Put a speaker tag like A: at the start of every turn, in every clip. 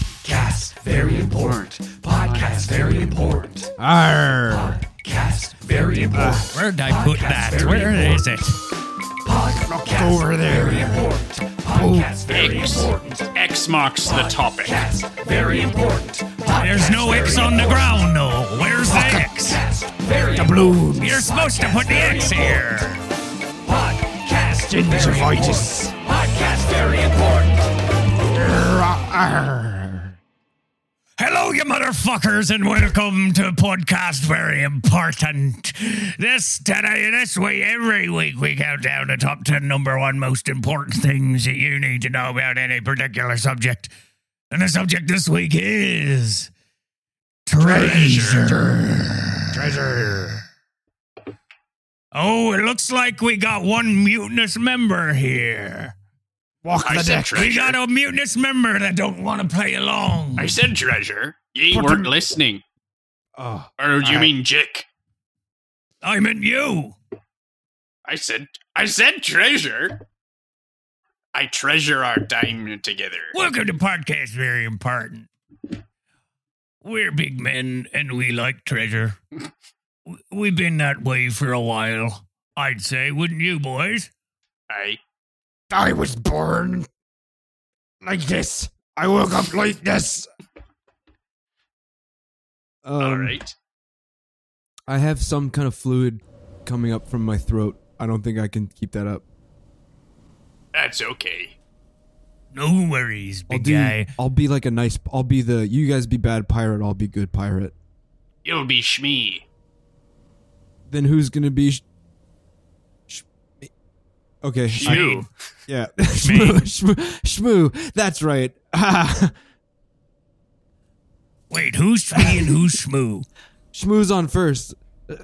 A: Podcast very important. Podcast very important.
B: Arr.
A: Podcast very important.
B: Where'd I put that? Where is it?
A: Podcast
B: Over there.
A: Very important. Podcast very
C: X.
A: important.
C: X marks the topic.
A: Podcast very important.
B: There's no X on the ground, no. Where's the X?
A: Very the
B: Blues. You're supposed to put the X here.
A: Podcast very
B: Gingivitis.
A: important. Podcast very important.
B: Arr. Hello, you motherfuckers, and welcome to podcast very important. This today, this week, every week, we count down the top ten number one most important things that you need to know about any particular subject. And the subject this week is treasure. Treasure. Oh, it looks like we got one mutinous member here. Walk
C: I said
B: We
C: treasure.
B: got a mutinous member that don't want to play along.
C: I said treasure. Ye
B: But
C: weren't
B: the-
C: listening.
B: Oh.
C: Or you
B: I-
C: mean Jick?
B: I meant you.
C: I said I said treasure. I treasure our time together.
B: Welcome to podcast. Very important. We're big men and we like treasure. W- We've been that way for a while. I'd say, wouldn't you, boys?
C: I
D: I was born like this. I woke up like this.
E: Um,
C: all right.
E: I have some kind of fluid coming up from my throat. I don't think I can keep that up.
C: That's okay.
B: No worries,
E: I'll
B: big
E: do.
B: guy.
E: I'll be like a nice. I'll be the. You guys be bad pirate. I'll be good pirate.
C: You'll be Shmee.
E: Then who's gonna be? Sh- sh- okay. I-
C: You.
E: yeah. Shmoo. Shmoo. Shmoo. That's right.
B: Wait, who's Shmee and who's Shmoo?
E: Shmoo's on first.
B: Uh,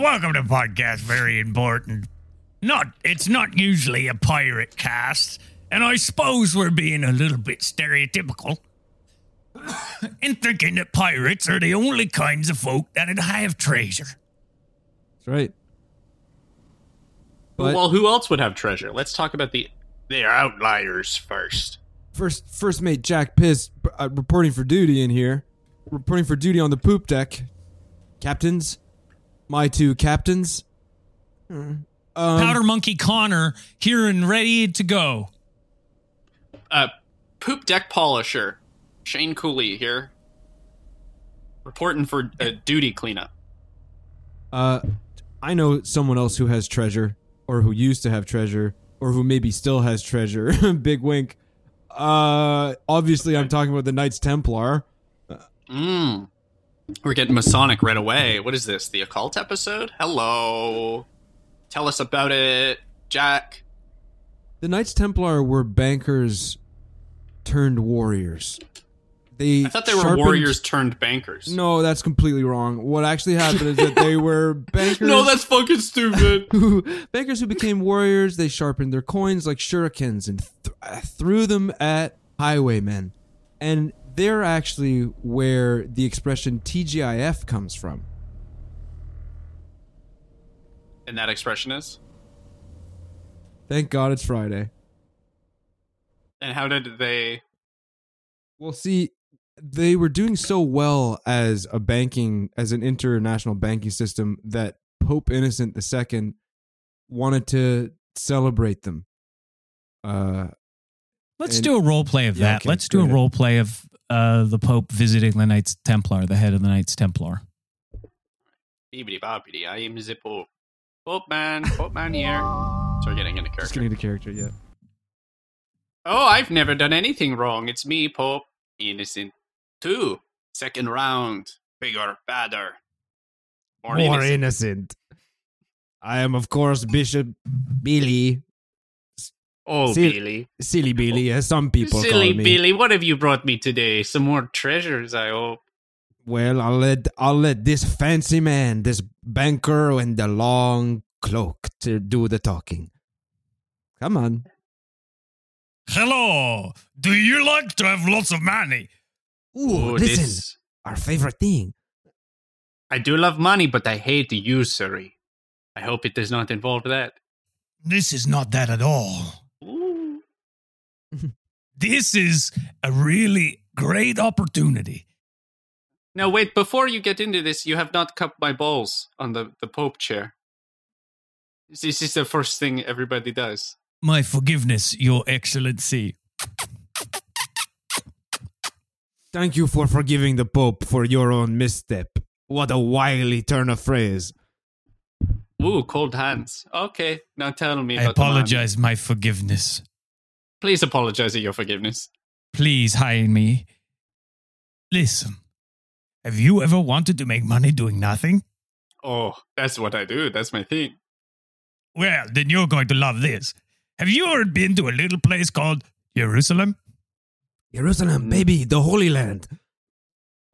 B: welcome to podcast. Very important. Not, it's not usually a pirate cast, and I suppose we're being a little bit stereotypical in thinking that pirates are the only kinds of folk that have treasure.
E: That's right. But
C: Well, who else would have treasure? Let's talk about the they are outliers first.
E: first, first mate Jack Piss uh, reporting for duty in here. Reporting for duty on the poop deck. Captains, my two captains.
B: Powder Monkey Connor here and ready to go.
C: Uh poop deck polisher. Shane Cooley here. Reporting for uh, duty cleanup.
E: Uh, I know someone else who has treasure, or who used to have treasure, or who maybe still has treasure. Big wink. Uh, obviously, I'm talking about the Knights Templar.
C: Mm. We're getting Masonic right away. What is this? The occult episode? Hello. Tell us about it, Jack.
E: The Knights Templar were bankers turned warriors. They
C: I thought they were
E: sharpened-
C: warriors turned bankers.
E: No, that's completely wrong. What actually happened is that they were bankers.
C: No, that's fucking stupid.
E: who bankers who became warriors they sharpened their coins like shurikens and th- uh, threw them at highwaymen and they're actually where the expression tgif comes from
C: and that expression is?
E: thank god it's friday
C: And how did they
E: well see they were doing so well as a banking as an international banking system that pope innocent ii wanted to celebrate them uh
F: Let's
E: And-
F: do a role play of
E: Yeah,
F: that.
E: okay,
F: Let's do a
E: great.
F: role play of uh, the Pope visiting the Knights Templar, the head of the Knights Templar.
C: beebity bobbity? I am Zippo. Boat man, boat man here. So we're getting into
E: just
C: character.
E: getting a character yeah
C: Oh, I've never done anything wrong. It's me, Pope. Innocent. Two. Second round. Bigger, badder. More, innocent.
E: innocent. I am, of course, Bishop Billy.
C: Oh,
E: Sil-
C: Billy.
E: Silly Billy, as some people
C: Silly
E: call me.
C: Billy, what have you brought me today? Some more treasures, I hope.
E: Well, I'll let I'll let this fancy man, this banker in the long cloak, to do the talking. Come on.
B: Hello. Do you like to have lots of money?
E: Ooh,
C: Oh,
E: listen,
C: this-
E: our favorite thing.
C: I do love money, but I hate the usury. I hope it does not involve that.
B: This is not that at all.
C: Ooh.
B: this is a really great opportunity.
C: Now, wait, before you get into this, you have not cupped my balls on the, the Pope chair. This is the first thing everybody does.
B: My forgiveness, Your Excellency.
E: Thank you for forgiving the Pope for your own misstep. What a wily turn of phrase.
C: Ooh, cold hands. Okay, now tell me.
B: I
C: about the man.
B: apologize, my forgiveness.
C: Please apologize at your forgiveness.
B: Please hire me. Listen, have you ever wanted to make money doing nothing?
C: Oh, that's what I do. That's my thing.
B: Well, then you're going to love this. Have you ever been to a little place called Jerusalem?
C: Mm.
E: Jerusalem, baby, the Holy Land.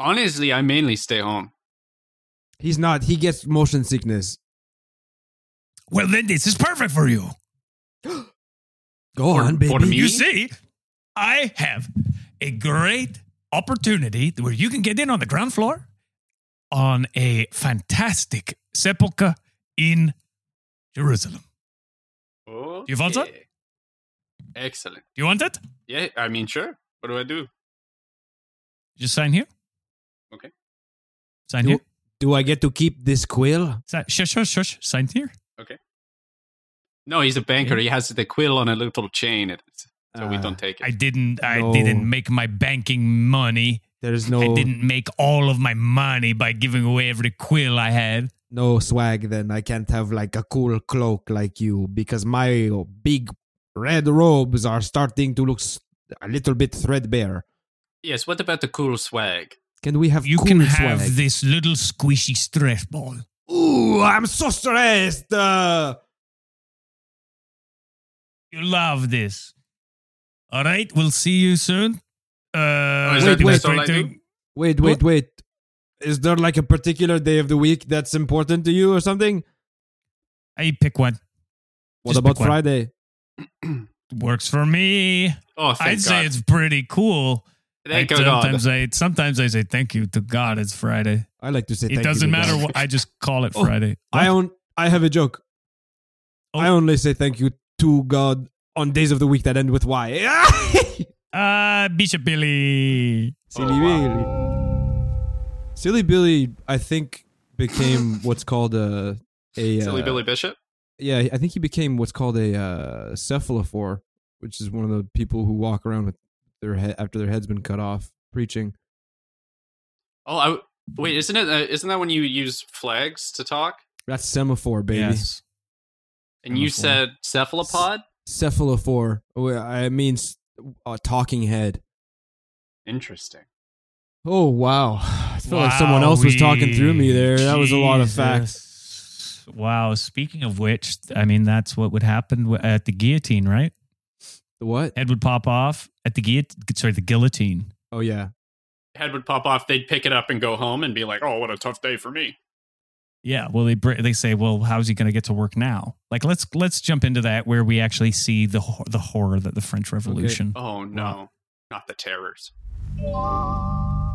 C: Honestly, I mainly stay home.
E: He's not. He gets motion sickness.
B: Well, then this is perfect for you.
E: Go
C: For-
E: on, baby.
C: for me?
B: You see, I have a great opportunity where you can get in on the ground floor on a fantastic sepulchre in Jerusalem.
C: Oh,
B: You want that?
C: Excellent.
B: Do you want it?
C: Yeah, I mean, sure. What do I do?
B: Just sign here.
C: Okay.
B: Sign
E: Do-
B: here.
E: Do I get to keep this quill?
B: Si- shush, shush, shush. Sign here.
C: No, he's a banker. He has the quill on a little chain, and it's- so we don't take
B: Uh, I
C: it.
B: didn't. I
E: No.
B: didn't make my banking money.
E: There's no
B: I didn't make all of my money by giving away every quill I had.
E: no swag. Then I can't have like a cool cloak like you because my big red robes are starting to look s- a little bit threadbare.
C: Yes. What about the cool swag?
E: Can we have
B: You
E: cool
B: can
E: swag?
B: have this little squishy stress ball.
E: Ooh, I'm so stressed. Uh,
B: You love this. All right, we'll see you soon. Uh,
C: Oh, is
E: that-
B: we'll be
E: that's
C: all I
B: straight-
E: wait, wait, wait. Is there like a particular day of the week that's important to you or something?
B: I pick one.
E: What
B: Just
E: about
B: pick one.
E: Friday?
B: Works for me.
C: Oh, thank
B: I'd
C: God.
B: say it's pretty cool.
C: thank
B: I,
C: God.
B: sometimes I sometimes I say thank you to God. It's Friday.
E: I like to say.
B: it
E: thank you
B: doesn't
E: to
B: matter.
E: God.
B: What, I just call it
E: Oh,
B: Friday.
E: I own. I have a joke. I only say thank you to God on days of the week that end with Y.
B: Uh, Bishop Billy.
E: Silly Billy. Silly Billy, I think became what's called a a
C: Silly
E: uh,
C: Billy Bishop.
E: Yeah, I think he became what's called a uh, cephalophore, which is one of the people who walk around with their head after their head's been cut off preaching.
C: Oh, I, wait. Isn't it? Uh, isn't that when you use flags to talk?
E: That's semaphore, baby.
B: Yes.
C: And you
E: Wonderful.
C: said cephalopod.
E: Cephalophore. Oh, I mean, s- a talking head.
C: Interesting.
E: Oh wow! I felt like someone else was talking through me there. That was a lot of facts.
F: Jesus. Wow. Speaking of which, I mean, that's what would happen w- at the guillotine, right?
E: The what?
F: Head would pop off at the guillotine. Sorry, the guillotine.
E: Oh yeah.
C: Head would pop off. They'd pick it up and go home and be like, "Oh, what a tough day for me."
F: Yeah. Well, they br- they say, well, how's he going to get to work now? Like, let's let's jump into that where we actually see the hor- the horror that the French Revolution.
C: Oh no, not the terrors.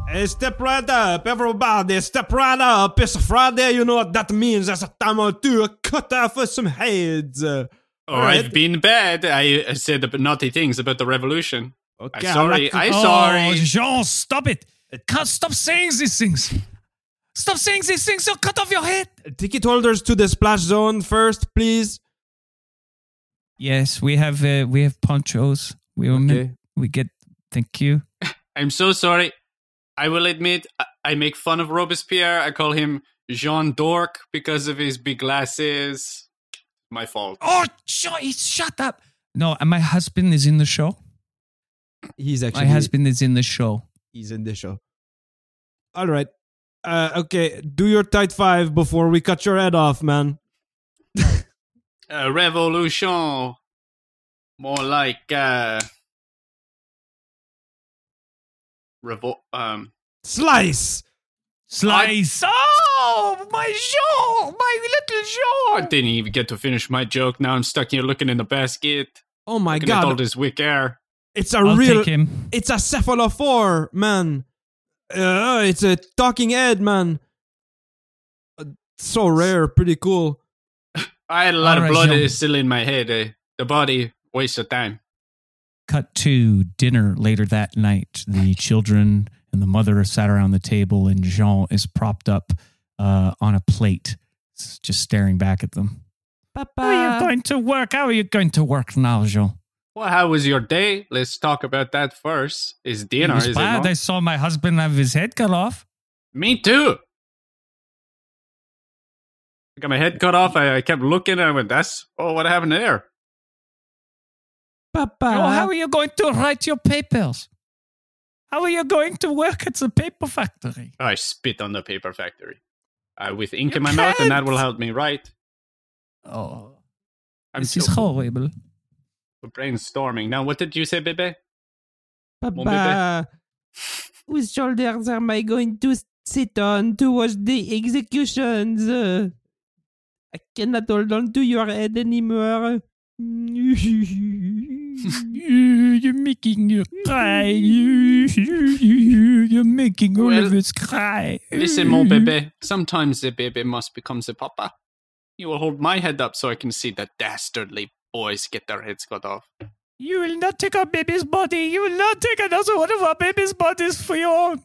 E: Hey, step right up, everybody. Step right up. It's Friday. You know what that means. That's a time to cut off some heads. Uh,
C: Oh,
E: Alright.
C: I've been bad. I uh, said ab- naughty things about the revolution.
E: Okay,
C: I'm sorry.
E: like to-
C: I'm
B: oh,
C: sorry.
B: Jean, stop it! Can't stop saying these things. Stop saying these things. You'll cut off your head.
E: Ticket holders to the splash zone first, please.
F: Yes, we have uh, we have ponchos. We were meant- we get. Thank you.
C: I'm so sorry. I will admit, I, I make fun of Robespierre. I call him Jean Dork because of his big glasses. My fault.
B: Oh, Jean, shut up. uh,
F: No, and my husband is in the show.
E: He's
F: My
E: actually
F: husband is in the show.
E: he's in the show. All right. Uh, okay, do your tight five before we cut your head off, man.
C: Uh, revolution. More like uh, revol. Um,
E: Slice.
B: Slice. oh, my Jean, my
C: I
B: little Jean.
C: didn't even get to finish my joke. Now I'm stuck here looking in the basket.
E: Oh my
C: Looking at all
E: god.
C: this wick air.
E: It's a
F: I'll
E: real
F: take him.
E: It's a cephalophore, man. Uh, it's a talking head, man. Uh, so rare, pretty cool.
C: I had a lot of
F: Alright,
C: blood
F: Jean.
C: is still in my head. eh. The body waste of time.
B: Cut to dinner later that night. The children and the mother sat around the table, and Jean is propped up uh, on a plate, s- just staring back at them. How
E: Uh,
B: are you going to work? How are you going to work now, Jean?
C: Well, how was your day? Let's talk about that first. Is
B: It
C: dinner?
B: was
C: Is it
B: bad.
C: not?
B: I saw my husband have his head cut off.
C: Me too. I got my head cut off. I, I kept looking. I went, "That's oh, what happened there?"
B: Papa.
C: Ah.
B: Oh, how are you going to write your papers? How are you going to work at the paper factory?
C: Oh, I spit on the paper factory uh, with ink
B: You
C: in my mouth, and that
B: can't.
C: will help me write.
B: Oh,
C: I'm
B: this is
C: joking.
B: horrible.
C: We're brainstorming now. What did you say, Bebe?
G: Papa, whose shoulders am I going to sit on to watch the executions? Uh, I cannot hold on to your head anymore.
B: You, you're making you cry. You, you, you're making all
C: Well,
B: of us cry.
C: Listen, mon
B: Mm-hmm.
C: Bebe. Sometimes the Bebe must become the papa. You will hold my head up so I can see the dastardly boys get their heads cut off.
B: You will not take our baby's body. You will not take another one of our baby's bodies for your own.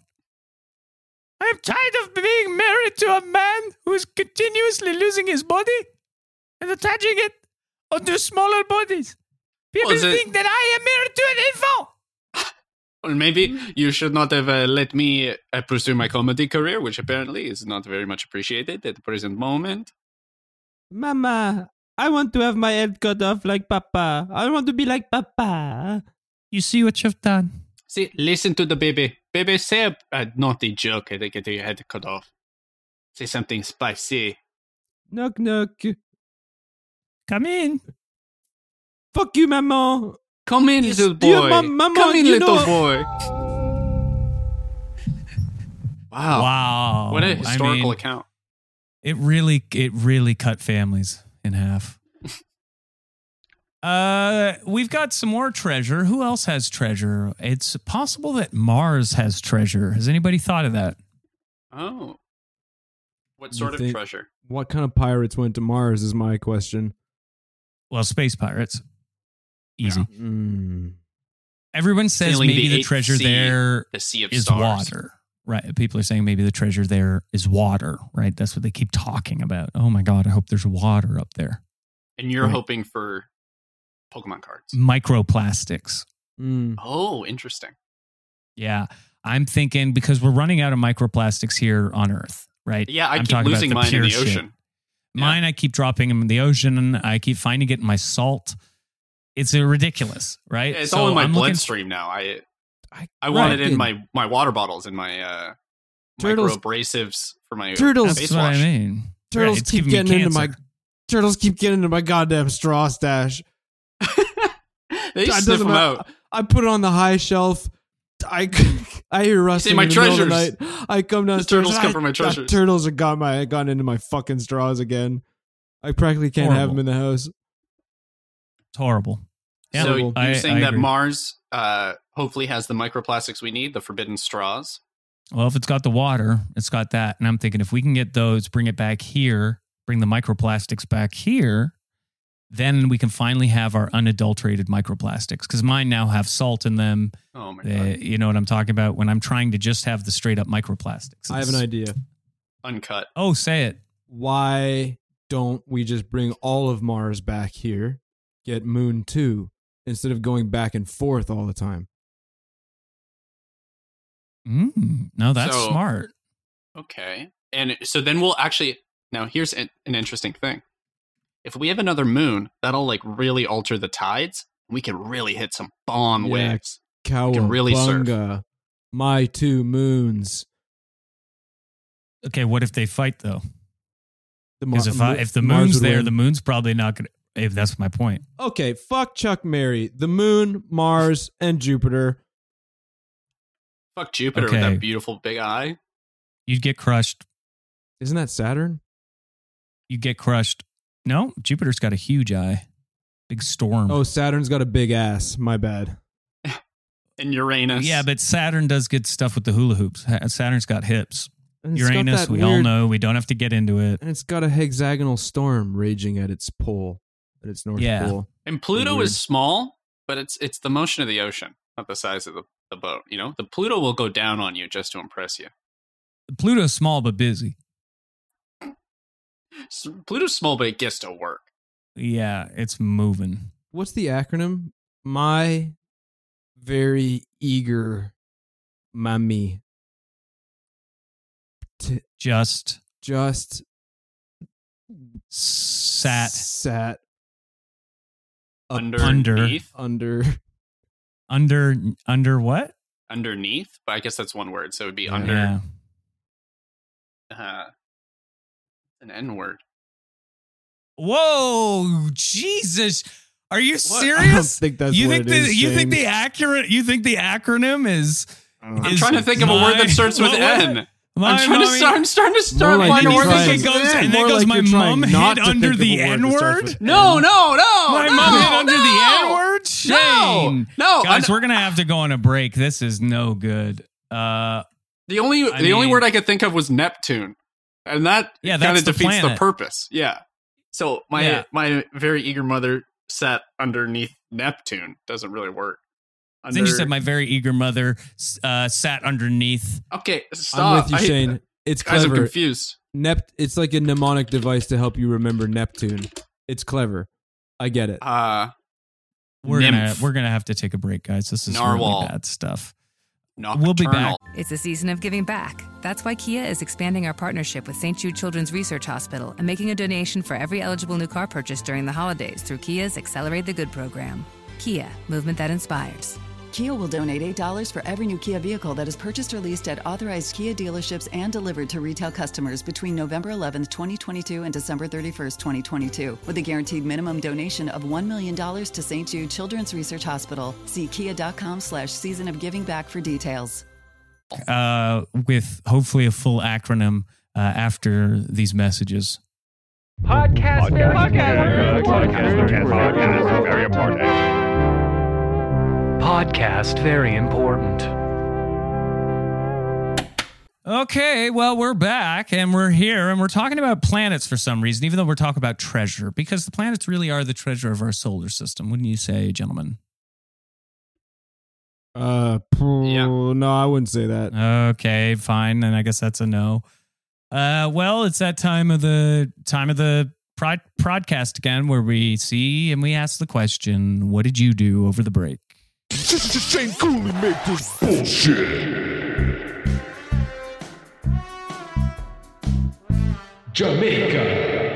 B: I'm tired of being married to a man who is continuously losing his body and attaching it onto smaller bodies. People
C: Was it-
B: think that I am married to an infant.
C: Well, maybe
G: Mm-hmm.
C: you should not have uh, let me uh, pursue my comedy career, which apparently is not very much appreciated at the present moment.
G: Mama, I want to have my head cut off like Papa. I want to be like Papa.
B: You see what you've done.
C: See, listen to the baby. Baby, say a, a naughty joke and they get your head cut off. Say something spicy.
G: Knock, knock.
B: Come in.
G: Fuck you, Maman.
C: Come in,
G: Yes,
C: little
G: dear
C: boy.
G: mam- mama,
C: Come in,
G: you
C: little
G: know-
C: boy. Wow.
B: Wow.
C: Oh. What a historical account.
B: It really, it really cut families in half. uh, we've got some more treasure. Who else has treasure? It's possible that Mars has treasure. Has anybody thought of that?
C: Oh. What
E: You
C: sort of
E: think-
C: treasure?
E: What kind of pirates went to Mars is my question.
B: Well, space pirates, easy.
G: Hmm.
E: Mm.
B: Everyone says
C: Sailing
B: maybe
C: the
B: the,
C: eighth
B: treasure
C: sea
B: there
C: The Sea of
B: is
C: Stars.
B: water. Right. People are saying maybe the treasure there is water, right? That's what they keep talking about. Oh my God, I hope there's water up there.
C: And you're
B: Right. Mm.
C: hoping for Pokemon cards.
B: Microplastics.
G: Hmm.
E: Mm.
C: Oh, interesting.
B: Yeah. I'm thinking because we're running out of microplastics here on Earth, right?
C: Yeah, I
B: I'm
C: keep
B: talking about
C: losing
B: the
C: mine in
B: pure
C: the
B: shit.
C: ocean. Yeah.
B: Mine, I keep dropping them in the ocean. I keep finding it in my salt. It's uh, ridiculous, right?
C: Yeah, it's
B: So
C: all in my
B: I'm looking-
C: bloodstream now. I
E: I-
C: I want it
E: right,
C: in
E: dude.
C: my my water bottles and my uh,
E: Turtles-
C: micro abrasives for my
E: Turtles-
C: face
B: That's what
C: wash.
B: I mean.
E: Turtles
B: it's
E: keep
B: giving me
E: getting into my
B: cancer.
E: turtles keep getting into my goddamn straw stash.
C: They
E: God,
C: sniff
E: doesn't
C: them
E: matter.
C: out.
E: I put it on the high shelf. I I hear rustling
C: my
E: in the middle of the
C: treasures.
E: night. I come downstairs.
C: turtles
E: and
C: come
E: I-
C: for my
E: the
C: treasures.
E: Turtles have got my gone into my fucking straws again. I practically can't have them in the house.
B: It's horrible. Yeah,
C: so you're
E: Horrible.
B: I-
C: saying
B: I
C: that
B: agree.
C: Mars uh, hopefully has the microplastics we need, the forbidden straws.
B: Well, if it's got the water, it's got that. And I'm thinking if we can get those, bring it back here, bring the microplastics back here, then we can finally have our unadulterated microplastics. Because mine now have salt in them.
C: Oh my
B: Uh,
C: god,
B: you know what I'm talking about? When I'm trying to just have the straight up microplastics.
E: I have an
B: It's-
E: idea.
C: uncut.
B: Oh, say it.
E: Why don't we just bring all of Mars back here? Get Moon two instead of going back and forth all the time.
B: Mm, no, that's
C: So-
B: smart.
C: Okay, and so then we'll actually now here's an, an interesting thing. If we have another moon, that'll like really alter the tides. We can really hit some bomb
E: Yeah.
C: waves.
E: Cowabunga,
C: really surf.
E: my two moons.
B: Okay, what if they fight though?
E: The
B: Because if I,
E: Mar-
B: if the
E: Mars
B: moon's
E: would
B: there,
E: win.
B: the moon's probably not gonna. If that's my point.
E: okay, fuck Chuck Mary, the Moon, Mars, and Jupiter.
C: Fuck Jupiter with
B: Okay.
C: that beautiful big eye.
B: You'd get crushed.
E: Isn't that Saturn?
B: You'd get crushed. No, Jupiter's got a huge eye, big storm.
E: Oh, Saturn's got a big ass. My bad.
C: And Uranus.
B: yeah, but Saturn does good stuff with the hula hoops. Ha- Saturn's got hips.
E: And it's got
B: Uranus,
E: that
B: we all
E: weird-
B: know. We don't have to get into it.
E: And it's got a hexagonal storm raging at its pole, at its north
B: Yeah.
E: pole.
C: And Pluto
B: Mm-hmm.
E: Weird.
C: is small, but it's it's the motion of the ocean, not the size of the, the boat. You know, the Pluto will go down on you just to impress you.
B: Pluto's small but busy.
C: S- Pluto's small, but it gets to work.
B: Yeah, it's moving.
E: What's the acronym? My very eager mommy
B: Just
E: just
B: sat
E: sat up
C: Under,
B: under.
C: underneath,
E: under
B: under under what?
C: underneath. But I guess that's one word, so it would be
E: Yeah.
C: under.
B: Yeah.
C: Uh, an N word.
B: Whoa, Jesus! Are you
C: What?
E: I don't
B: serious?
E: think that's
B: You
E: what
B: think
E: it
B: the
E: is,
B: you think
E: James.
B: the accurate you think the acronym is?
C: I'm
B: is
C: trying to think of a word
B: my-
C: that starts with
B: what- what-
C: N.
B: My
C: I'm trying to
B: mommy-
C: start. I'm starting to
E: More
C: start
E: like
C: finding
E: you're
B: you
C: words that
E: trying-
B: think it
C: goes.
B: goes, and then
E: More
B: goes
E: like
B: my
E: you're trying
B: mom
E: not
B: hid
E: to
B: under
E: think of a
B: the
E: word
B: N
E: that starts
B: word.
E: with
C: No, no, no.
B: My
C: no,
B: mom hid under the N
C: no,
B: word.
C: No,
B: Shame.
C: no.
B: Guys,
C: I-
B: we're gonna have to go on a break. This is no good. Uh,
C: the only the
B: I
C: only
B: mean-
C: word I could think of was Neptune, and that
B: Yeah,
C: kind
B: that's
C: of
B: the
C: defeats the
B: planet.
C: purpose. Yeah. So my
B: Yeah.
C: my very eager mother sat underneath Neptune. Doesn't really work.
B: then you
C: Under-
B: said my very eager mother s- uh, sat underneath.
C: Okay, stop.
E: I'm with you,
C: I-
E: Shane. It's
C: Guys, I'm
E: clever.
C: confused.
E: Nept. It's like a mnemonic device to help you remember Neptune. It's clever. I get it.
C: Uh,
B: We're gonna
C: Nymph.
B: we're gonna have to take a break, guys. This is
C: Narwhal.
B: really bad stuff.
C: nocturnal.
B: We'll be back.
H: It's a season of giving back. That's why Kia is expanding our partnership with St. Jude Children's Research Hospital and making a donation for every eligible new car purchase during the holidays through Kia's Accelerate the Good program. Kia, movement that inspires.
I: Kia will donate $8 for every new Kia vehicle that is purchased or leased at authorized Kia dealerships and delivered to retail customers between November 11th, 2022 and December 31st, 2022, with a guaranteed minimum donation of $1 million to St. Jude Children's Research Hospital. See kia.com slash season of giving back for details.
B: uh, with hopefully a full acronym uh, after these messages.
F: Podcast, podcast,
A: Podcast very important.
F: podcast, very important.
B: Okay, well, we're back and we're here and we're talking about planets for some reason, even though we're talking about treasure, because the planets really are the treasure of our solar system, wouldn't you say, gentlemen?
E: Uh, pr- no, I wouldn't say that.
B: Okay, fine. Then I guess that's a no. Uh, well, it's that time of the time of the prod- podcast again, where we see and we ask the question, "What did you do over the break?"
A: This ain't cool to make this bullshit. Jamaica.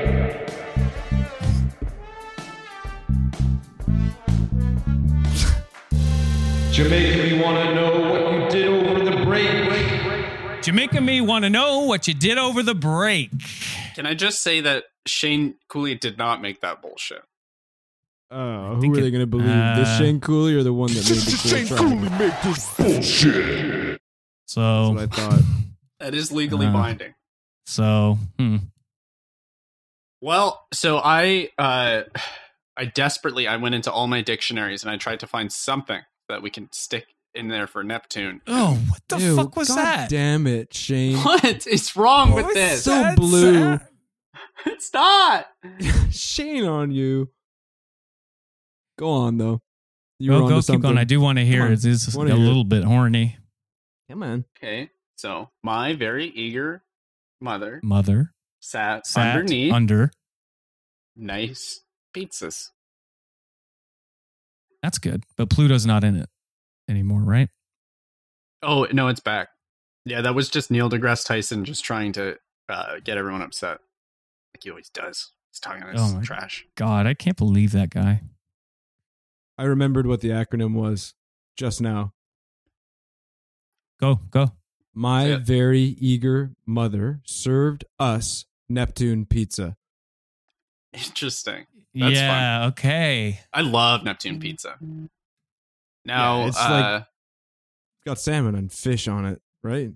A: Jamaica, you wanna know what you did over the break?
B: Jamaica, me want to know what you did over the break.
C: Can I just say that Shane Cooley did not make that bullshit?
E: Uh,
B: think
E: who are
B: it-
E: they going to believe?
B: uh,
E: this Shane Cooley or the one that made
A: This
E: the
A: ain't
E: cool
A: cool
E: triangle?
A: to make this bullshit.
B: So
E: That's what I thought.
C: That is legally
B: Uh.
C: binding.
B: So, hmm.
C: Well, so I uh I desperately I went into all my dictionaries and I tried to find something that we can stick in there for Neptune.
B: oh, what the
E: Ew,
B: fuck was
E: God
B: that?
E: Damn it, Shane.
C: What is wrong with this?
E: so blue.
C: it's not.
E: Shane on you. Go on though. You were
B: Go,
E: onto
B: go, keep
E: something.
B: going. I do want to hear
E: Come on.
B: it. It's just a
E: Wanna hear it.
B: little bit horny,
E: Come on.
C: Okay. So, my very eager mother
B: mother.
C: sat,
B: Sat
C: underneath
B: under.
C: nice pizzas.
B: That's good. But Pluto's not in it anymore, right?
C: Oh, no, it's back. Yeah, that was just Neil deGrasse Tyson just trying to uh, get everyone upset. Like he always does. He's talking his
B: Oh my-
C: trash.
B: God, I can't believe that guy.
E: I remembered what the acronym was just now.
B: Go, go.
E: My
C: Yeah.
E: very eager mother served us Neptune pizza.
C: Interesting. That's
B: yeah, okay.
C: I love Neptune pizza. Now,
E: Yeah, it's
C: uh,
E: like- It's got salmon and fish on it, right?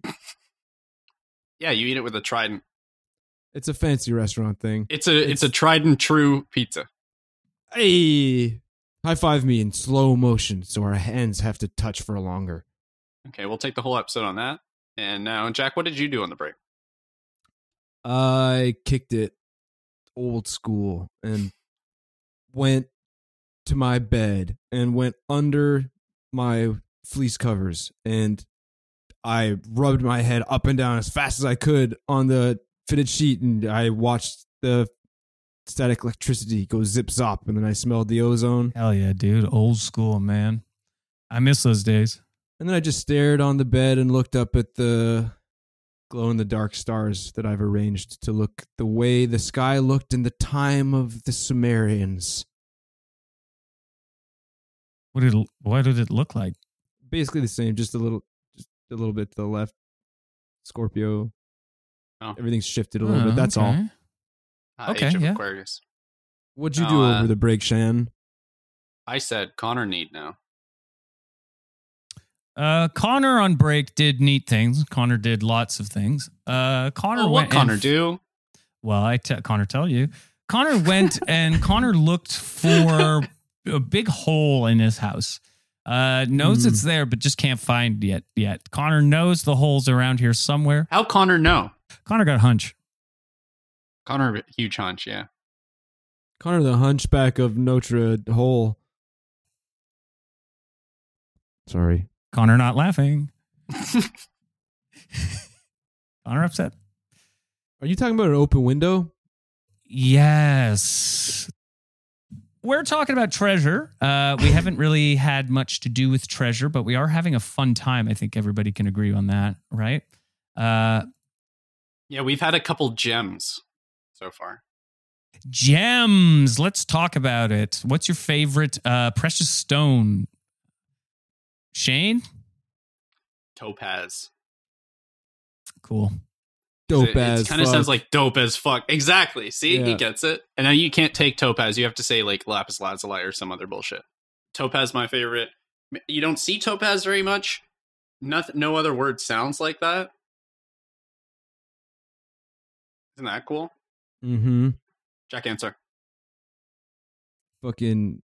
C: yeah, you eat it with a trident.
E: It's a fancy restaurant thing.
C: It's a it's,
E: It's-
C: a tried and true pizza.
E: Hey, high five me in slow motion so our hands have to touch for longer.
C: Okay, we'll take the whole episode on that. And now, Jack, what did you do on the break?
E: I kicked it old school and went to my bed and went under my fleece covers and I rubbed my head up and down as fast as I could on the fitted sheet and I watched the static electricity go zip zop and then I smelled the ozone
F: Hell yeah, dude. Old school, man. I miss those days.
E: and then I just stared on the bed and looked up at the glow in the dark stars that I've arranged to look the way the sky looked in the time of the Sumerians.
F: What did it, what did it look like?
E: Basically the same, just a little just a little bit to the left. Scorpio.
C: Oh.
E: Everything's shifted a little
F: Oh,
E: bit. That's all.
F: okay.
C: Uh,
F: Okay,
C: Age of
F: yeah.
C: Aquarius.
E: What'd you
C: No,
E: do
C: uh,
E: over the break, Shan?
C: I said Connor need now.
F: Uh, Connor on break did neat things. Connor did lots of things. Uh, Connor
C: Oh,
F: went
C: what Connor
F: and-
C: do?
F: Well, I te- Connor tell you, Connor went and Connor looked for a big hole in his house. Uh, knows
E: Hmm.
F: it's there, but just can't find yet. Yet Connor knows the hole's around here somewhere.
C: How Connor know?
F: Connor got a hunch.
C: Connor huge hunch, yeah.
E: Connor the hunchback of Notre Hole. Sorry.
F: Connor not laughing. Connor upset.
E: Are you talking about an open window?
F: Yes. We're talking about treasure. Uh, we haven't really had much to do with treasure, but we are having a fun time. I think everybody can agree on that, right? Uh,
C: Yeah, we've had a couple gems so far.
F: gems. Let's talk about it. What's your favorite uh, precious stone? Shane?
C: Topaz.
F: Cool.
E: Dope
C: It-
E: as
C: It kind of
E: fuck.
C: sounds like dope as fuck. Exactly. See,
E: Yeah.
C: he gets it. And now you can't take topaz. You have to say like lapis lazuli or some other bullshit. Topaz, my favorite. You don't see topaz very much. Nothing. No other word sounds like that. Isn't that cool?
E: Mm-hmm.
C: Jack, answer.
E: Fucking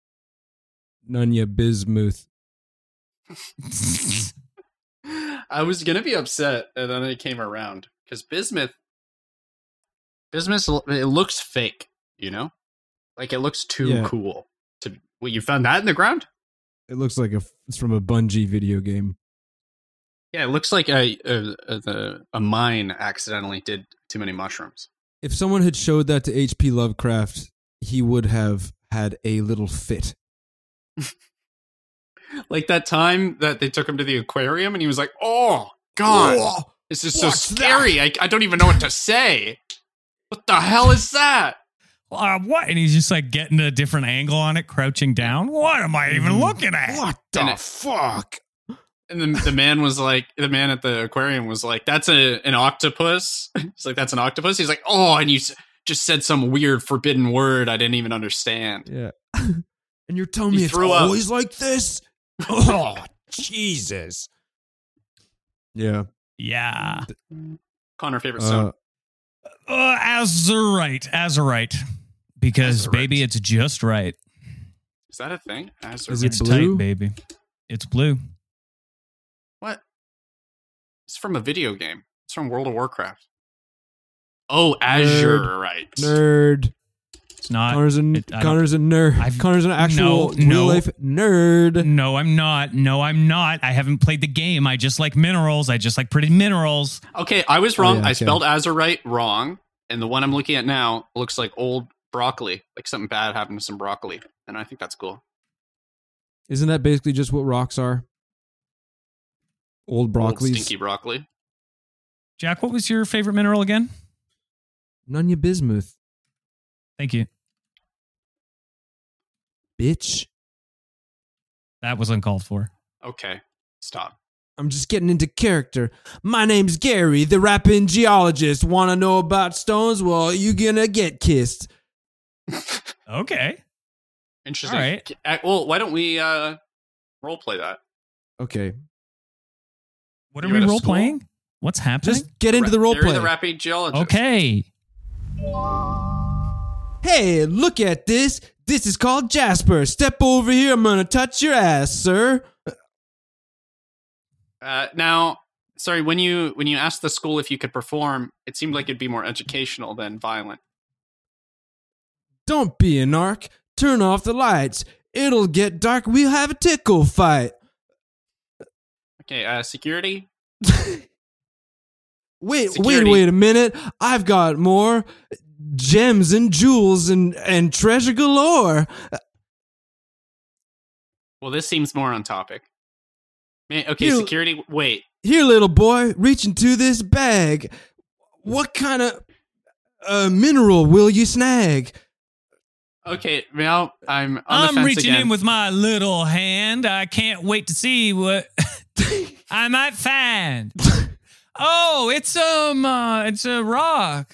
E: Nunya Bismuth.
C: I was gonna be upset, and then it came around because bismuth, bismuth, it looks fake. You know, like it looks too
E: Yeah.
C: cool. To well, you found that in the ground.
E: It looks like a, it's from a Bungie video game.
C: Yeah, it looks like a a, a, the- a mine accidentally did too many mushrooms.
E: If someone had showed that to H.P. Lovecraft, he would have had a little fit.
C: Like that time that they took him to the aquarium, and he was like, "Oh God, this is so
E: what's that?"
C: scary. I, I don't even know what to say. What the hell is that?"
B: Uh, what? And he's just like getting a different angle on it, crouching down. What am I
E: Mm-hmm.
B: even looking at?
D: What
C: And
D: the
C: it-
D: fuck?
C: And the, the man was like, the man at the aquarium was like, that's a, an octopus. He's like, that's an octopus. He's like, oh, and you s- just said some weird forbidden word I didn't even understand.
E: Yeah. and you're telling
C: He
E: me it's
C: threw up.
E: always like this?
D: Oh, Jesus.
E: Yeah.
B: Yeah.
C: Connor, favorite stone.
E: Uh,
B: Uh, Azurite. Azurite. Because,
C: Azurite.
B: baby, it's just right.
C: is that a thing? Azurite.
E: Is it
B: It's
E: blue?
B: tight, baby. It's blue.
C: what? It's from a video game. It's from World of Warcraft. Oh, Azure, right.
E: nerd.
B: It's not.
E: Connor's a,
B: it- I don't-
E: Connor's a nerd.
B: I've-
E: Connor's an actual
B: No,
E: real
B: no.
E: life nerd.
B: No, I'm not. No, I'm not. I haven't played the game. I just like minerals. I just like pretty minerals.
C: Okay, I was wrong.
E: Oh, yeah, okay.
C: I spelled Azurite wrong. And the one I'm looking at now looks like old broccoli, like something bad happened to some broccoli. And I think that's cool.
E: Isn't that basically just what rocks are? Old
C: Old
E: broccoli's
C: stinky broccoli.
B: Jack, what was your favorite mineral again?
E: Nunya Bismuth,
B: Thank you.
E: bitch.
B: That was uncalled for.
C: Okay, stop.
E: I'm just getting into character. My name's Gary, the rapping geologist. Wanna know about stones? Well, you gonna get kissed.
B: Okay.
C: Interesting.
B: All right.
C: Uh, Well, why don't we uh role play that?
E: Okay.
B: What are
C: You
B: we
C: at a
B: role
C: school?
B: playing? What's happening?
E: Just get into the role
C: Gary
E: play.
C: the Rapid Geologist.
B: okay.
E: hey, look at this. This is called Jasper. Step over here. I'm gonna touch your ass, sir.
C: Uh, now, sorry when you when you asked the school if you could perform, it seemed like it'd be more educational than violent.
E: Don't be an arc. Turn off the lights. It'll get dark. We'll have a tickle fight.
C: Okay, uh, security.
E: Wait,
C: Security.
E: wait, wait a minute. I've got more gems and jewels and, and treasure galore.
C: Well, this seems more on topic. Man, okay,
E: You-
C: security. Wait,
E: Here, little boy, reach into this bag. What kind of uh, mineral will you snag?
C: okay. Now I'm on the
B: I'm
C: fence
B: reaching
C: again.
B: in with my little hand. I can't wait to see what I might find. oh, it's um, uh, it's a rock.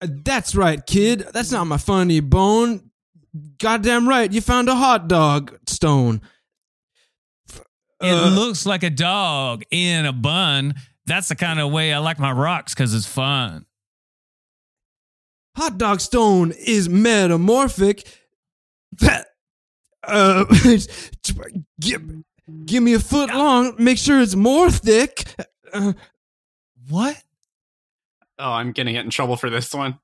E: Uh, That's right, kid. That's not my funny bone. Goddamn right, you found a hot dog stone.
B: It
E: Uh,
B: looks like a dog in a bun. That's the kind of way I like my rocks because it's fun.
E: hot dog stone is metamorphic. That, uh, give, give me a foot long. Make sure it's more thick. Uh,
B: What?
C: Oh, I'm gonna get in trouble for this one.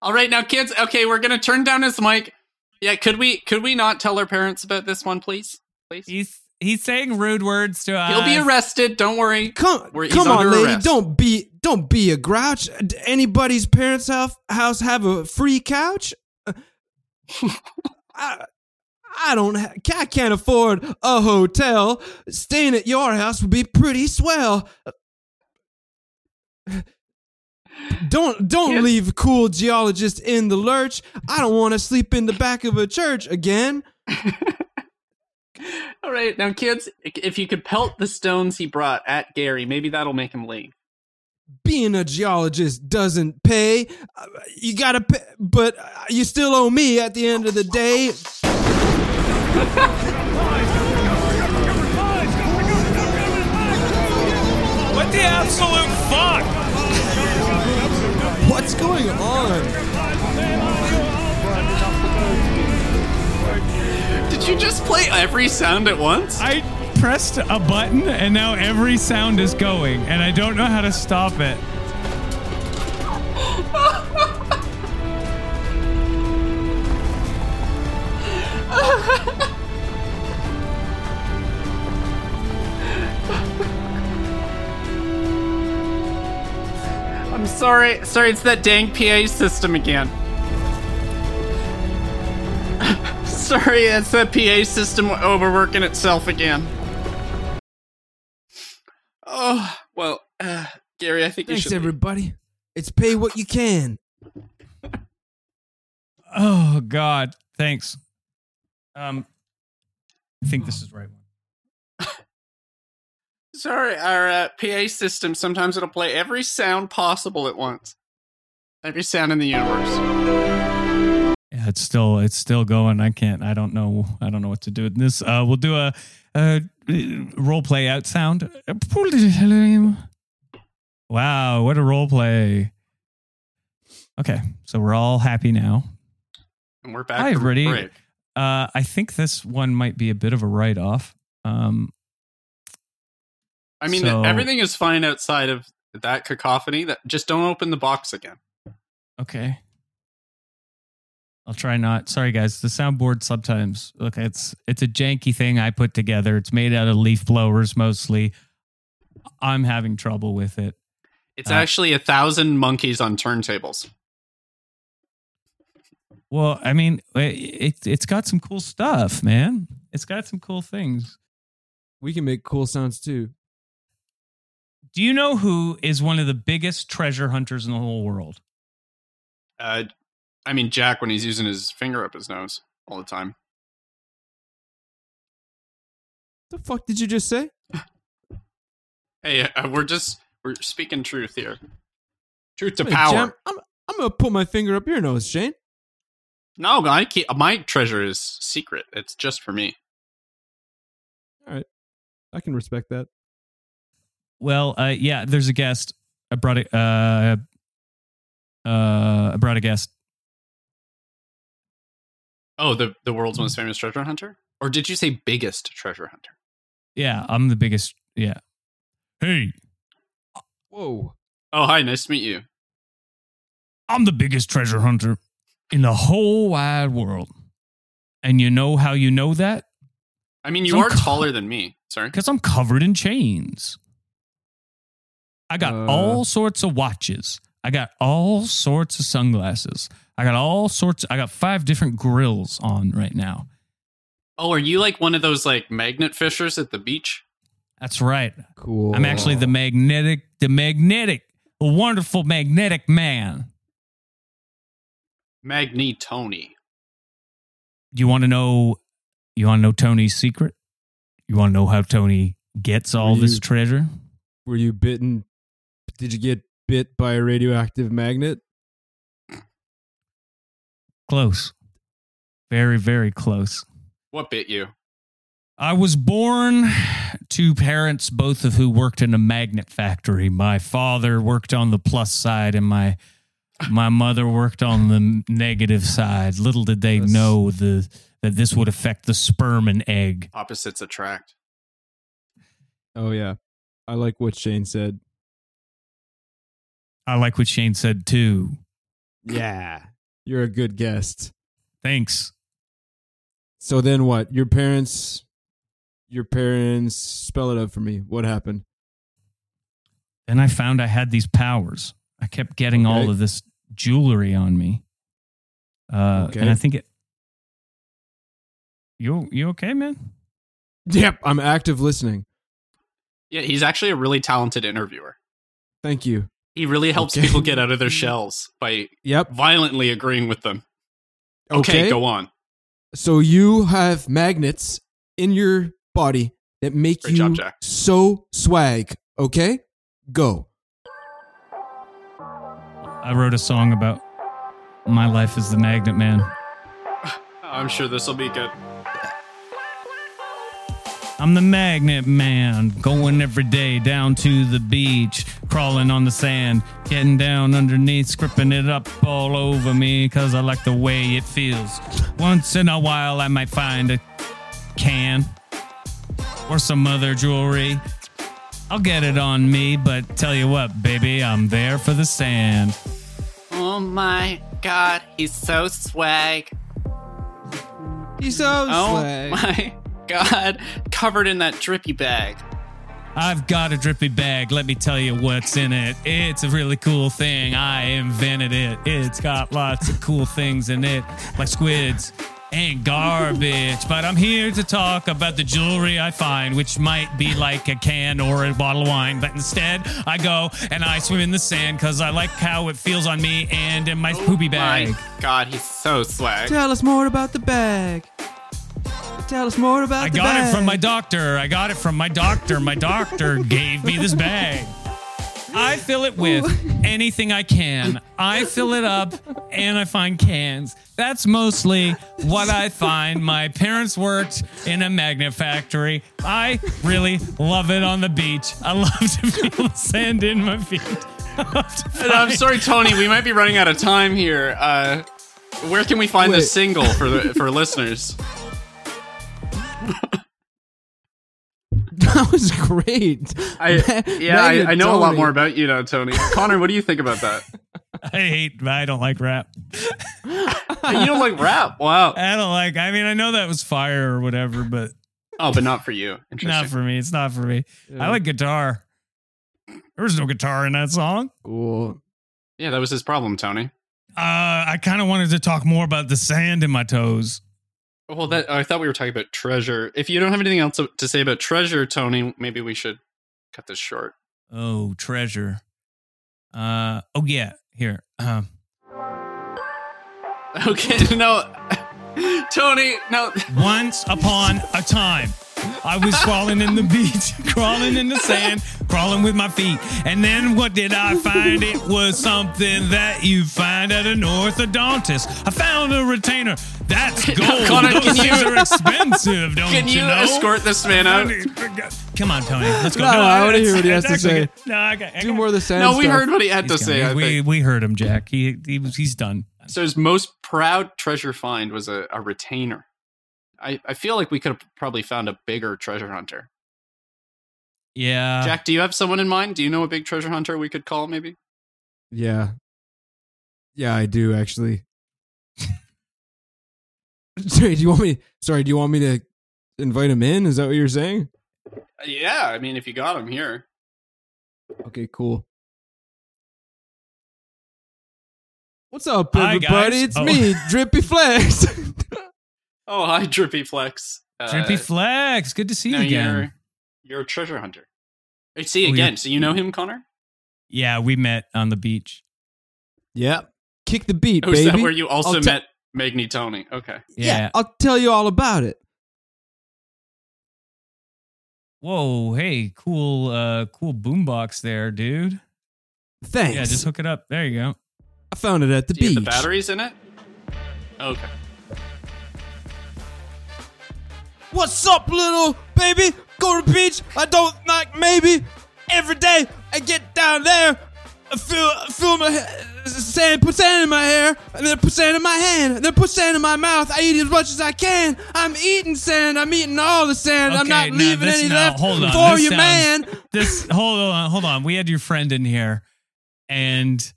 C: All right, now kids. Okay, we're gonna turn down his mic. Yeah, could we could we not tell our parents about this one, please? Please.
B: He's he's saying rude words to us.
C: He'll be arrested. Don't worry.
E: come,
C: We're- he's
E: come on,
C: under
E: lady.
C: arrest.
E: Don't be, don't be a grouch. D- Anybody's parents' house house have a free couch? Uh, I, I don't. Ha- I can't afford a hotel. Staying at your house would be pretty swell. Don't don't
C: Yes.
E: leave cool geologists in the lurch. I don't want to sleep in the back of a church again.
C: All right, now kids, if you could pelt the stones he brought at Gary, maybe that'll make him leave.
E: being a geologist doesn't pay. Uh, You gotta pay, but uh, you still owe me at the end of the day.
B: What the absolute fuck?
E: What's going on?
C: Did you just play every sound at once?
B: I pressed a button and now every sound is going, and I don't know how to stop it.
C: I'm sorry. Sorry, it's that dang PA system again. sorry, it's that PA system overworking itself again. Oh, well, uh, Gary, I think you
E: Thanks,
C: should. leave.
E: everybody. It's pay what you can.
B: Oh God, thanks. Um, I think this is right one.
C: Sorry, our uh, PA system sometimes it'll play every sound possible at once. Every sound in the universe.
B: Yeah, it's still it's still going. I can't. I don't know. I don't know what to do with this. Uh, we'll do a, a uh, role play out sound. Wow, what a role play. Okay, so we're all happy now.
C: And we're back.
B: Hi,
C: from
B: everybody.
C: break.
B: Uh, I think this one might be a bit of a write off. Um,
C: I mean,
B: So-
C: everything is fine outside of that cacophony. That just don't open the box again.
B: okay. I'll try not. Sorry, guys. The soundboard sometimes look. It's it's a janky thing I put together. It's made out of leaf blowers mostly. I'm having trouble with it.
C: It's
B: Uh,
C: actually a thousand monkeys on turntables.
B: Well, I mean, it, it it's got some cool stuff, man. It's got some cool things.
E: We can make cool sounds too.
B: Do you know who is one of the biggest treasure hunters in the whole world?
C: Uh, I mean, Jack when he's using his finger up his nose all the time.
E: The fuck did you just say?
C: Hey, uh, we're just we're speaking truth here. Truth to
E: Hey,
C: power.
E: Jam, I'm, I'm gonna put my finger up your nose, Shane.
C: No, I keep, my treasure is secret. It's just for me.
E: I can respect that.
B: Well, uh, yeah, there's a guest. I brought a uh, uh, I brought a guest.
C: Oh, the the world's most famous treasure hunter, or did you say biggest treasure hunter?
B: Yeah, I'm the biggest. Yeah. Hey,
E: Whoa.
C: Oh, hi, nice to meet you.
B: I'm the biggest treasure hunter in the whole wide world, And you know how you know that?
C: I mean, you
B: Some
C: are
B: co-
C: taller than me. Sorry.
B: Because I'm covered in chains. I got
E: Uh.
B: all sorts of watches. I got all sorts of sunglasses. I got all sorts. I got five different grills on right now.
C: Oh, are you like one of those like magnet fishers at the beach?
B: That's right.
E: Cool.
B: I'm actually the magnetic, the magnetic, the wonderful magnetic man.
C: Magni Tony.
B: You want to know? You want to know Tony's secret? You want to know how Tony gets all
E: Were
B: this
E: you-
B: treasure?
E: Were you bitten? Did you get bit by a radioactive magnet?
B: Close. Very, very close.
C: What bit you?
B: I was born to parents, both of who worked in a magnet factory. My father worked on the plus side, and my my mother worked on the negative side. Little did they
E: That's-
B: know the that this would affect the sperm and egg.
C: Opposites attract.
E: Oh yeah, I like what Shane said.
B: I like what Shane said too.
E: Yeah, you're a good guest.
B: Thanks.
E: So then what? Your parents, your parents, spell it out for me. What happened?
B: Then I found I had these powers. I kept getting all
E: Okay.
B: of this jewelry on me, uh,
E: Okay.
B: and I think it. You you okay, man?
E: Yep, I'm active listening.
C: Yeah, he's actually a really talented interviewer.
E: Thank you.
C: He really helps
E: Okay.
C: people get out of their shells by
E: Yep.
C: violently agreeing with them. Okay,
E: Okay.
C: go on.
E: So you have magnets in your body that make
C: Great
E: you
C: job, Jack.
E: so swag. Okay, go.
B: I wrote a song about my life as the magnet man.
C: I'm sure this will be good.
B: I'm the magnet man, going every day down to the beach, crawling on the sand, getting down underneath, scripping it up all over me, cause I like the way it feels. Once in a while, I might find a can or some other jewelry. I'll get it on me, but tell you what, baby, I'm there for the sand.
C: Oh my god, he's so swag.
J: He's so
C: Oh
J: swag.
C: my god, covered in that drippy bag.
B: I've got a drippy bag. Let me tell you what's in it. It's a really cool thing. I invented it. It's got lots of cool things in it, like squids and garbage. But I'm here to talk about the jewelry I find, which might be like a can or a bottle of wine. But instead, I go and I swim in the sand because I like how it feels on me and in my poopy bag.
C: My god, he's so swag.
J: Tell us more about the bag. Tell us more about
B: I
J: the
B: got
J: bag.
B: it from my doctor. I got it from my doctor. My doctor gave me this bag. I fill it with anything I can. I fill it up and I find cans. That's mostly what I find. My parents worked in a magnet factory. I really love it on the beach. I love to feel the sand in my feet. I love to
C: And I'm
B: find-
C: sorry, Tony. We might be running out of time here. Uh, where can we find
E: Wait.
C: this single for the, for listeners?
E: That was great.
C: I
E: Ma-
C: yeah, I,
E: Magnet
C: I know a lot
E: Tony.
C: more about you now, Tony. Connor, what do you think about that?
B: I hate, I don't like rap.
C: Hey, you don't like rap? Wow.
B: I don't like, I mean, I know that was fire or whatever, but
C: Oh, but not for you. Interesting.
B: not for me. It's not for me. I
E: Yeah.
B: like guitar. There was no guitar in that song.
E: Cool.
C: yeah, that was his problem, Tony.
B: Uh, I kind of wanted to talk more about the sand in my toes.
C: Well, that oh, I thought we were talking about treasure. If you don't have anything else to say about treasure, Tony, maybe we should cut this short.
B: Oh, treasure. Uh, oh yeah, here. Um,
C: Okay, no, Tony, no.
B: once upon a time, I was crawling in the beach, crawling in the sand, crawling with my feet. And then what did I find? It was something that you find at an orthodontist. I found a retainer. That's gold.
C: Connor,
B: Those
C: can you-
B: things are expensive, don't
C: Can
B: you,
C: you
B: know?
C: escort this man out?
B: Come on, Tony. Let's go.
E: No, I wanna hear what he has
B: it's
E: to
B: actually
E: say.
B: good. No, I got, I
E: Do
B: got-
E: more of the sand.
C: No, we
E: stuff.
C: heard what he had to
B: he's
C: say.
B: gone.
C: I
B: we
C: think.
B: we heard him, Jack. He, he was he's done.
C: So his most proud treasure find was a, a retainer. I, I feel like we could have probably found a bigger treasure hunter.
B: Yeah.
C: Jack, do you have someone in mind? Do you know a big treasure hunter we could call maybe?
E: Yeah. Yeah, I do actually. Sorry, do you want me? Sorry, do you want me to invite him in? Is that what you're saying?
C: Uh, Yeah, I mean, if you got him here,
E: Okay, cool. What's up,
B: Hi, guys.
E: everybody? It's
B: Oh.
E: me, Drippy Flex.
C: oh hi, Drippy Flex. Uh,
B: Drippy Flex, good to see
C: now
B: you again.
C: You're, you're a treasure hunter. I see
B: Oh,
C: again.
B: you're-
C: so you know him, Connor?
B: Yeah, we met on the beach.
E: yeah, kick the beat,
C: Oh,
E: baby.
C: is that where you also
E: I'll ta-
C: met Magni Tony? Okay.
E: yeah.
B: Yeah.
E: I'll tell you all about it.
B: Whoa, hey, cool, uh, cool boombox there, dude.
E: Thanks.
B: Yeah, just hook it up. There you go.
E: I found it at the
C: Do you
E: beach.
C: have the batteries in it? Okay.
E: What's up, little baby? Go to the beach. I don't like maybe. Every day I get down there. I feel I feel my he- sand put sand in my hair, and then put sand in my hand, and then put sand in my mouth. I eat as much as I can. I'm eating sand. I'm eating all the sand. I'm
B: Okay,
E: not
B: now
E: leaving
B: this-
E: any
B: now,
E: left
B: hold on.
E: for
B: This
E: you,
B: sounds-
E: man.
B: This hold on, hold on. We had your friend in here, and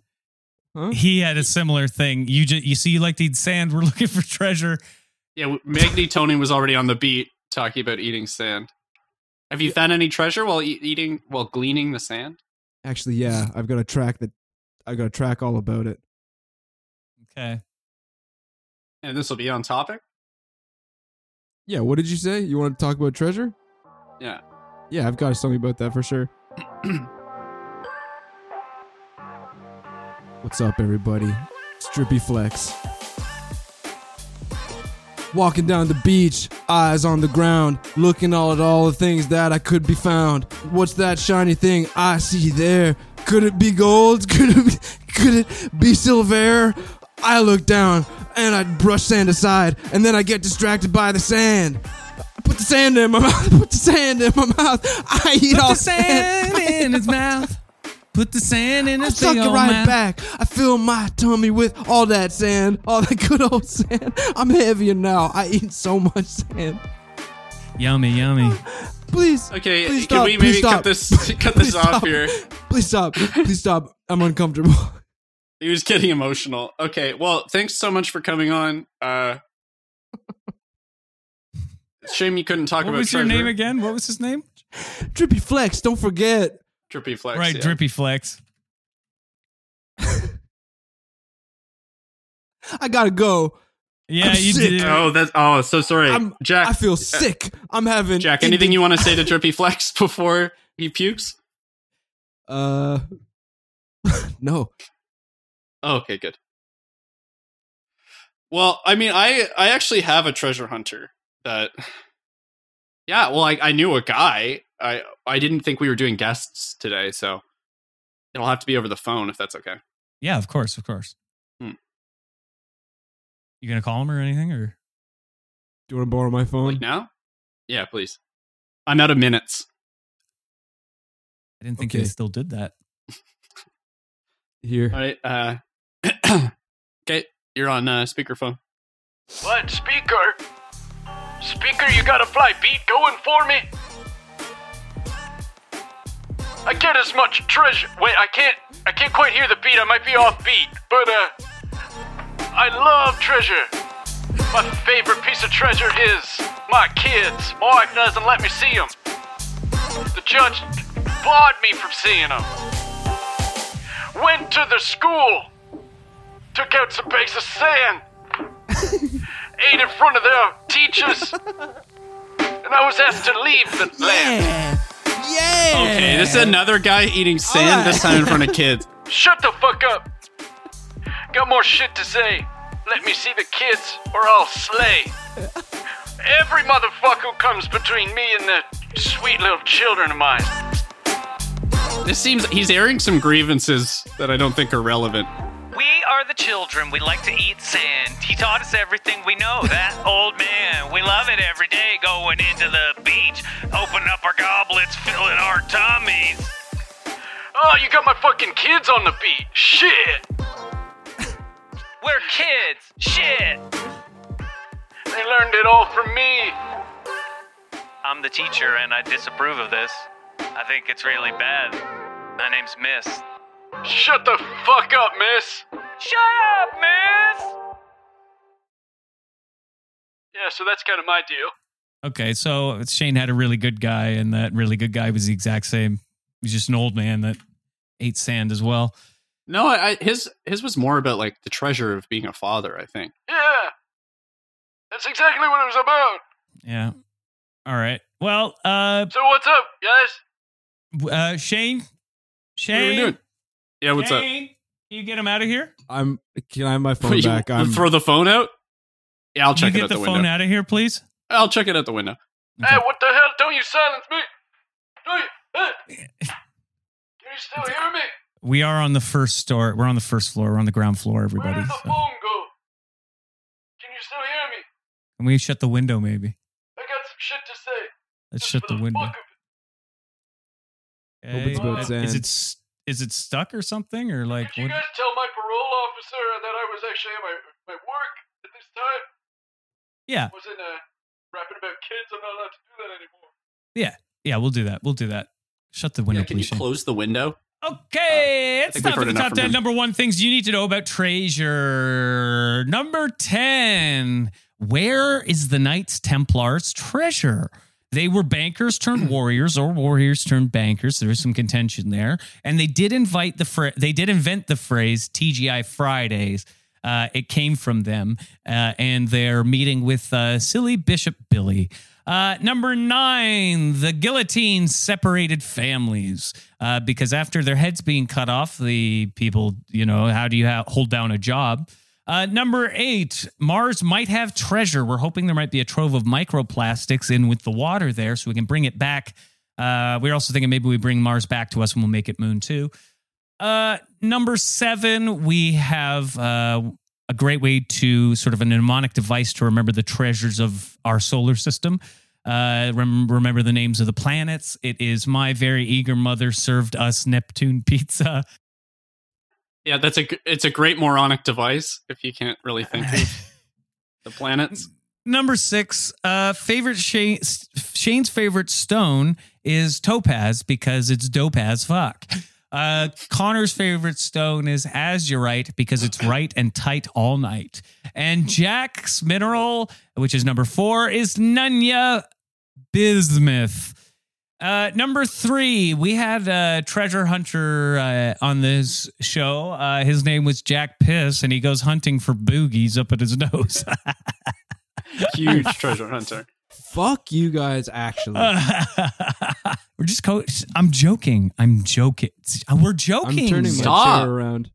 E: Huh?
B: he had a similar thing. You just you see, like the sand. We're looking for treasure.
C: Yeah, Magni Tony was already on the beat talking about eating sand. Have you found any treasure while e- eating, while gleaning the sand?
E: Actually, yeah, I've got a track that I've got a track all about it.
B: Okay.
C: And this will be on topic.
E: Yeah, what did you say? You want to talk about treasure?
C: Yeah.
E: Yeah, I've got something about that for sure. What's up, everybody? Strippy Flex. Walking down the beach, eyes on the ground, looking all at all the things that I could be found. What's that shiny thing I see there? Could it be gold? Could it be, could it be silver? I look down and I brush sand aside, and then I get distracted by the sand. I put the sand in my mouth. Put the sand in my mouth. I eat all
B: Put the sand in his mouth. Put the sand in
E: I
B: his
E: suck
B: big
E: it
B: old
E: right
B: mouth.
E: back. I fill my tummy with all that sand, all that good old sand. I'm heavier now. I eat so much sand.
B: Yummy, yummy.
E: Please.
C: Okay,
E: please
C: can
E: stop.
C: we
E: Please
C: maybe cut
E: stop.
C: this cut this
E: Please
C: off
E: stop.
C: here?
E: Please stop. Please stop. I'm uncomfortable.
C: He was getting emotional. Okay, well, thanks so much for coming on. Uh Shame you couldn't talk
B: What
C: about
B: was your
C: treasure.
B: name again? What was his name?
E: Drippy Flex, don't forget.
C: Drippy Flex.
B: right,
C: yeah.
B: Drippy Flex.
E: I gotta go.
B: Yeah,
E: I'm
B: you
E: sick.
B: did.
C: Oh, that's oh, so sorry,
E: I'm-
C: Jack.
E: I feel sick. I'm having
C: Jack, anything you want to say to Drippy Flex before he pukes?
E: Uh, no.
C: Oh, okay, good. Well, I mean, I I actually have a treasure hunter that. Yeah, well, I, I knew a guy. I I didn't think we were doing guests today, so it'll have to be over the phone if that's okay.
B: Yeah, of course, of course.
C: Hmm.
B: You gonna call him or anything or?
E: Do you want to borrow my phone?
C: Like now? Yeah, please. I'm out of minutes.
B: I didn't think
E: Okay.
B: they still did that.
E: Here.
C: All right. Uh, okay, you're on uh, speakerphone.
F: What, speaker? Speaker, you got a fly beat going for me? I get as much treasure. Wait, I can't. I can't quite hear the beat. I might be off beat, but uh, I love treasure. My favorite piece of treasure is my kids. My wife doesn't let me see them. The judge barred me from seeing them. Went to the school. Took out some bags of sand ate in front of their teachers, and I was asked to leave the land.
C: Okay, this is another guy eating sand, this time in front of kids.
F: Shut the fuck up. Got more shit to say. Let me see the kids, or I'll slay. Every motherfucker who comes between me and the sweet little children of mine.
C: This seems he's airing some grievances that I don't think are relevant.
K: We are the children. We like to eat sand. He taught us everything we know. That old man. We love it every day going into the beach, open up our goblets, filling our tummies.
F: Oh, you got my fucking kids on the beat. Shit.
K: We're kids. Shit.
F: They learned it all from me.
K: I'm the teacher and I disapprove of this. I think it's really bad. My name's Miss.
F: Shut the fuck up, miss.
K: Shut up, Miss!
C: Yeah, so that's kind of my deal.
B: Okay, so Shane had a really good guy, and that really good guy was the exact same. He's just an old man that ate sand as well.
C: No, I, I his his was more about like the treasure of being a father. I think.
F: Yeah. That's exactly what it was about.
B: Yeah. All right. Well, uh,
F: So what's up, guys?
B: uh Shane, Shane,
C: doing? Yeah, what's up?
B: Shane, Can you get him out of here?
E: I'm. Can I have my phone
C: You
E: back? I'm.
C: throw the phone out. Yeah, I'll
B: Can
C: check
B: you
C: it
B: get
C: out
B: the,
C: the,
B: phone
C: window.
B: out of here, please.
C: I'll check it out the window.
F: Hey, what the hell? Don't you silence me? Do you? Hey. Can you still hear me?
B: We are on the first store. We're on the first floor. We're on the ground floor,
F: Where
B: everybody.
F: did the
B: so-
F: phone go? Can you still hear me?
B: Can we shut the window, maybe?
F: I got some shit to say.
B: Let's
F: Just
B: shut
F: for
B: the window.
F: fuck of it.
B: Okay.
E: it's about
B: Uh,
E: sand.
B: Is it s- is it stuck or something or like
F: Could you
B: what?
F: guys tell my parole officer that I was actually at my, my work at this time?
B: Yeah,
F: wasn't uh, rapping about kids. I'm not allowed to do that anymore.
B: yeah, yeah. We'll do that. We'll do that. Shut the window,
C: yeah, can you
B: please. Shane.
C: close the window?
B: Okay, it's
C: think
B: time
C: we've
B: for
C: heard
B: the
C: enough
B: top
C: from
B: 10
C: him.
B: number one things you need to know about treasure. Number 10 Where is the Knights Templar's treasure? They were bankers turned warriors, or warriors turned bankers. There was some contention there, and they did invite the fra- they did invent the phrase TGI Fridays. Uh, it came from them, uh, and they're meeting with uh, silly Bishop Billy. Uh, number nine, the guillotine separated families. Uh, because after their heads being cut off, the people, you know, how do you ha- hold down a job? Uh, number eight, Mars might have treasure. We're hoping there might be a trove of microplastics in with the water there so we can bring it back. Uh, we're also thinking maybe we bring Mars back to us and we'll make it moon too. Uh, number seven, we have uh, a great way to sort of a mnemonic device to remember the treasures of our solar system. Uh, rem- remember the names of the planets. It is my very eager mother served us Neptune pizza.
C: Yeah, that's a g- it's a great moronic device if you can't really think of the planets.
B: Number six, uh, favorite Shane, Shane's favorite stone is topaz because it's dope as fuck. Uh, Connor's favorite stone is azurite because it's right and tight all night. And Jack's mineral, which is number four, is Nunya bismuth. Uh, number three, we had a treasure hunter uh, on this show. Uh, his name was Jack Piss, and he goes hunting for boogies up at his nose.
C: Huge treasure hunter.
E: fuck you guys. Actually,
B: We're just co- I'm joking. I'm joking. We're joking.
E: I'm turning my
C: Stop.
E: chair around.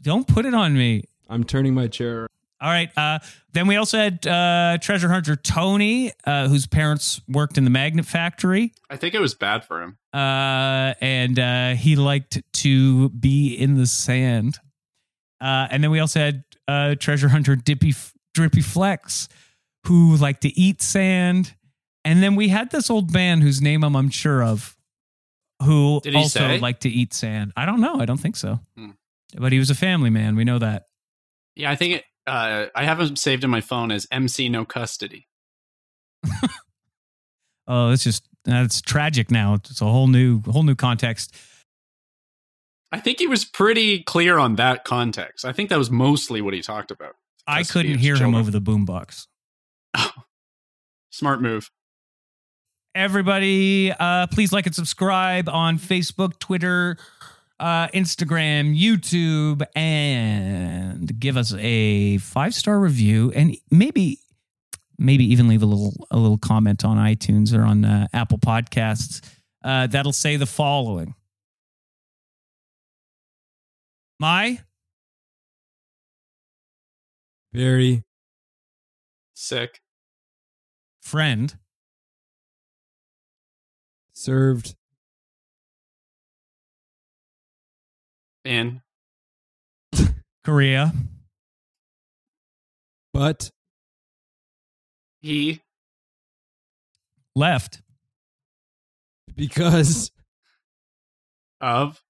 B: Don't put it on me.
E: I'm turning my chair.
B: All right. Uh, then we also had uh, treasure hunter Tony, uh, whose parents worked in the magnet factory,
C: I think it was bad for him.
B: uh, and uh, he liked to be in the sand. Uh, and then we also had uh, treasure hunter Dippy Drippy Flex, who liked to eat sand. And then we had this old man whose name I'm unsure of, who
C: Did he
B: also
C: say?
B: liked to eat sand. I don't know. I don't think so.
C: Hmm.
B: But he was a family man. We know that.
C: Yeah, I think it, uh, I have him saved in my phone as MC No Custody.
B: Oh, that's just that's tragic. Now it's a whole new whole new context.
C: I think he was pretty clear on that context. I think that was mostly what he talked about.
B: I
C: Custody
B: couldn't
C: of
B: hear him
C: children.
B: over the boombox.
C: Smart move.
B: Everybody, uh, please like and subscribe on Facebook, Twitter, uh, Instagram, YouTube, and give us a five star review, and maybe maybe even leave a little a little comment on iTunes or on uh, Apple Podcasts. Uh, that'll say the following: My
E: Very
C: Sick.
B: friend.
E: served.
C: In
B: Korea.
E: But
C: he
B: Left.
E: because
C: of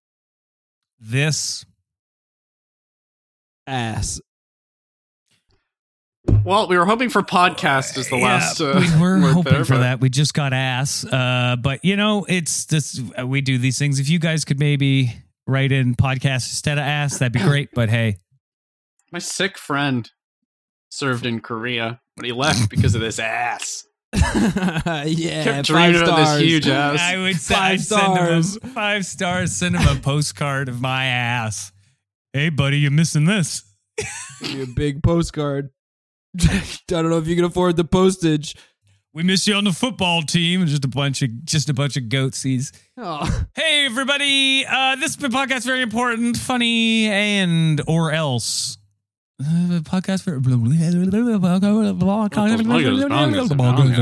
B: This.
E: ass.
C: well, we were hoping for podcast as the last. Uh,
B: we were
C: word
B: hoping
C: there,
B: for
C: but-
B: that. We just got ass. Uh, but you know, it's this. uh, We do these things. If you guys could maybe write in podcast instead of ass, that'd be great. But hey,
C: My sick friend served in Korea. but he left because of this ass.
L: yeah,
C: Kept
L: five
C: dreaming
L: stars.
C: about this huge ass.
B: I would say
L: Five
B: I'd send him
L: stars.
B: a, five stars. Send him a postcard of my ass. Hey, buddy, you missing this?
E: Give me a big postcard. I don't know if you can afford the postage.
B: We miss you on the football team. Just a bunch of just a bunch of goatsies.
E: Oh.
B: Hey, everybody! Uh, this podcast is very important, funny, and or else. Uh, podcast for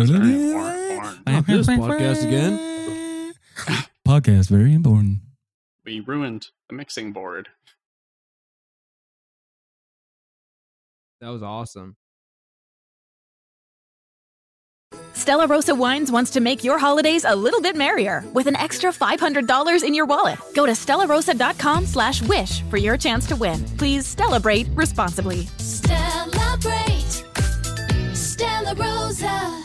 E: Not this podcast again.
B: podcast very important.
C: We ruined the mixing board.
E: That was awesome.
H: Stella Rosa Wines wants to make your holidays a little bit merrier with an extra $500 in your wallet. Go to stellarosa.com slash wish for your chance to win. Please celebrate responsibly.
M: Celebrate Stella Rosa.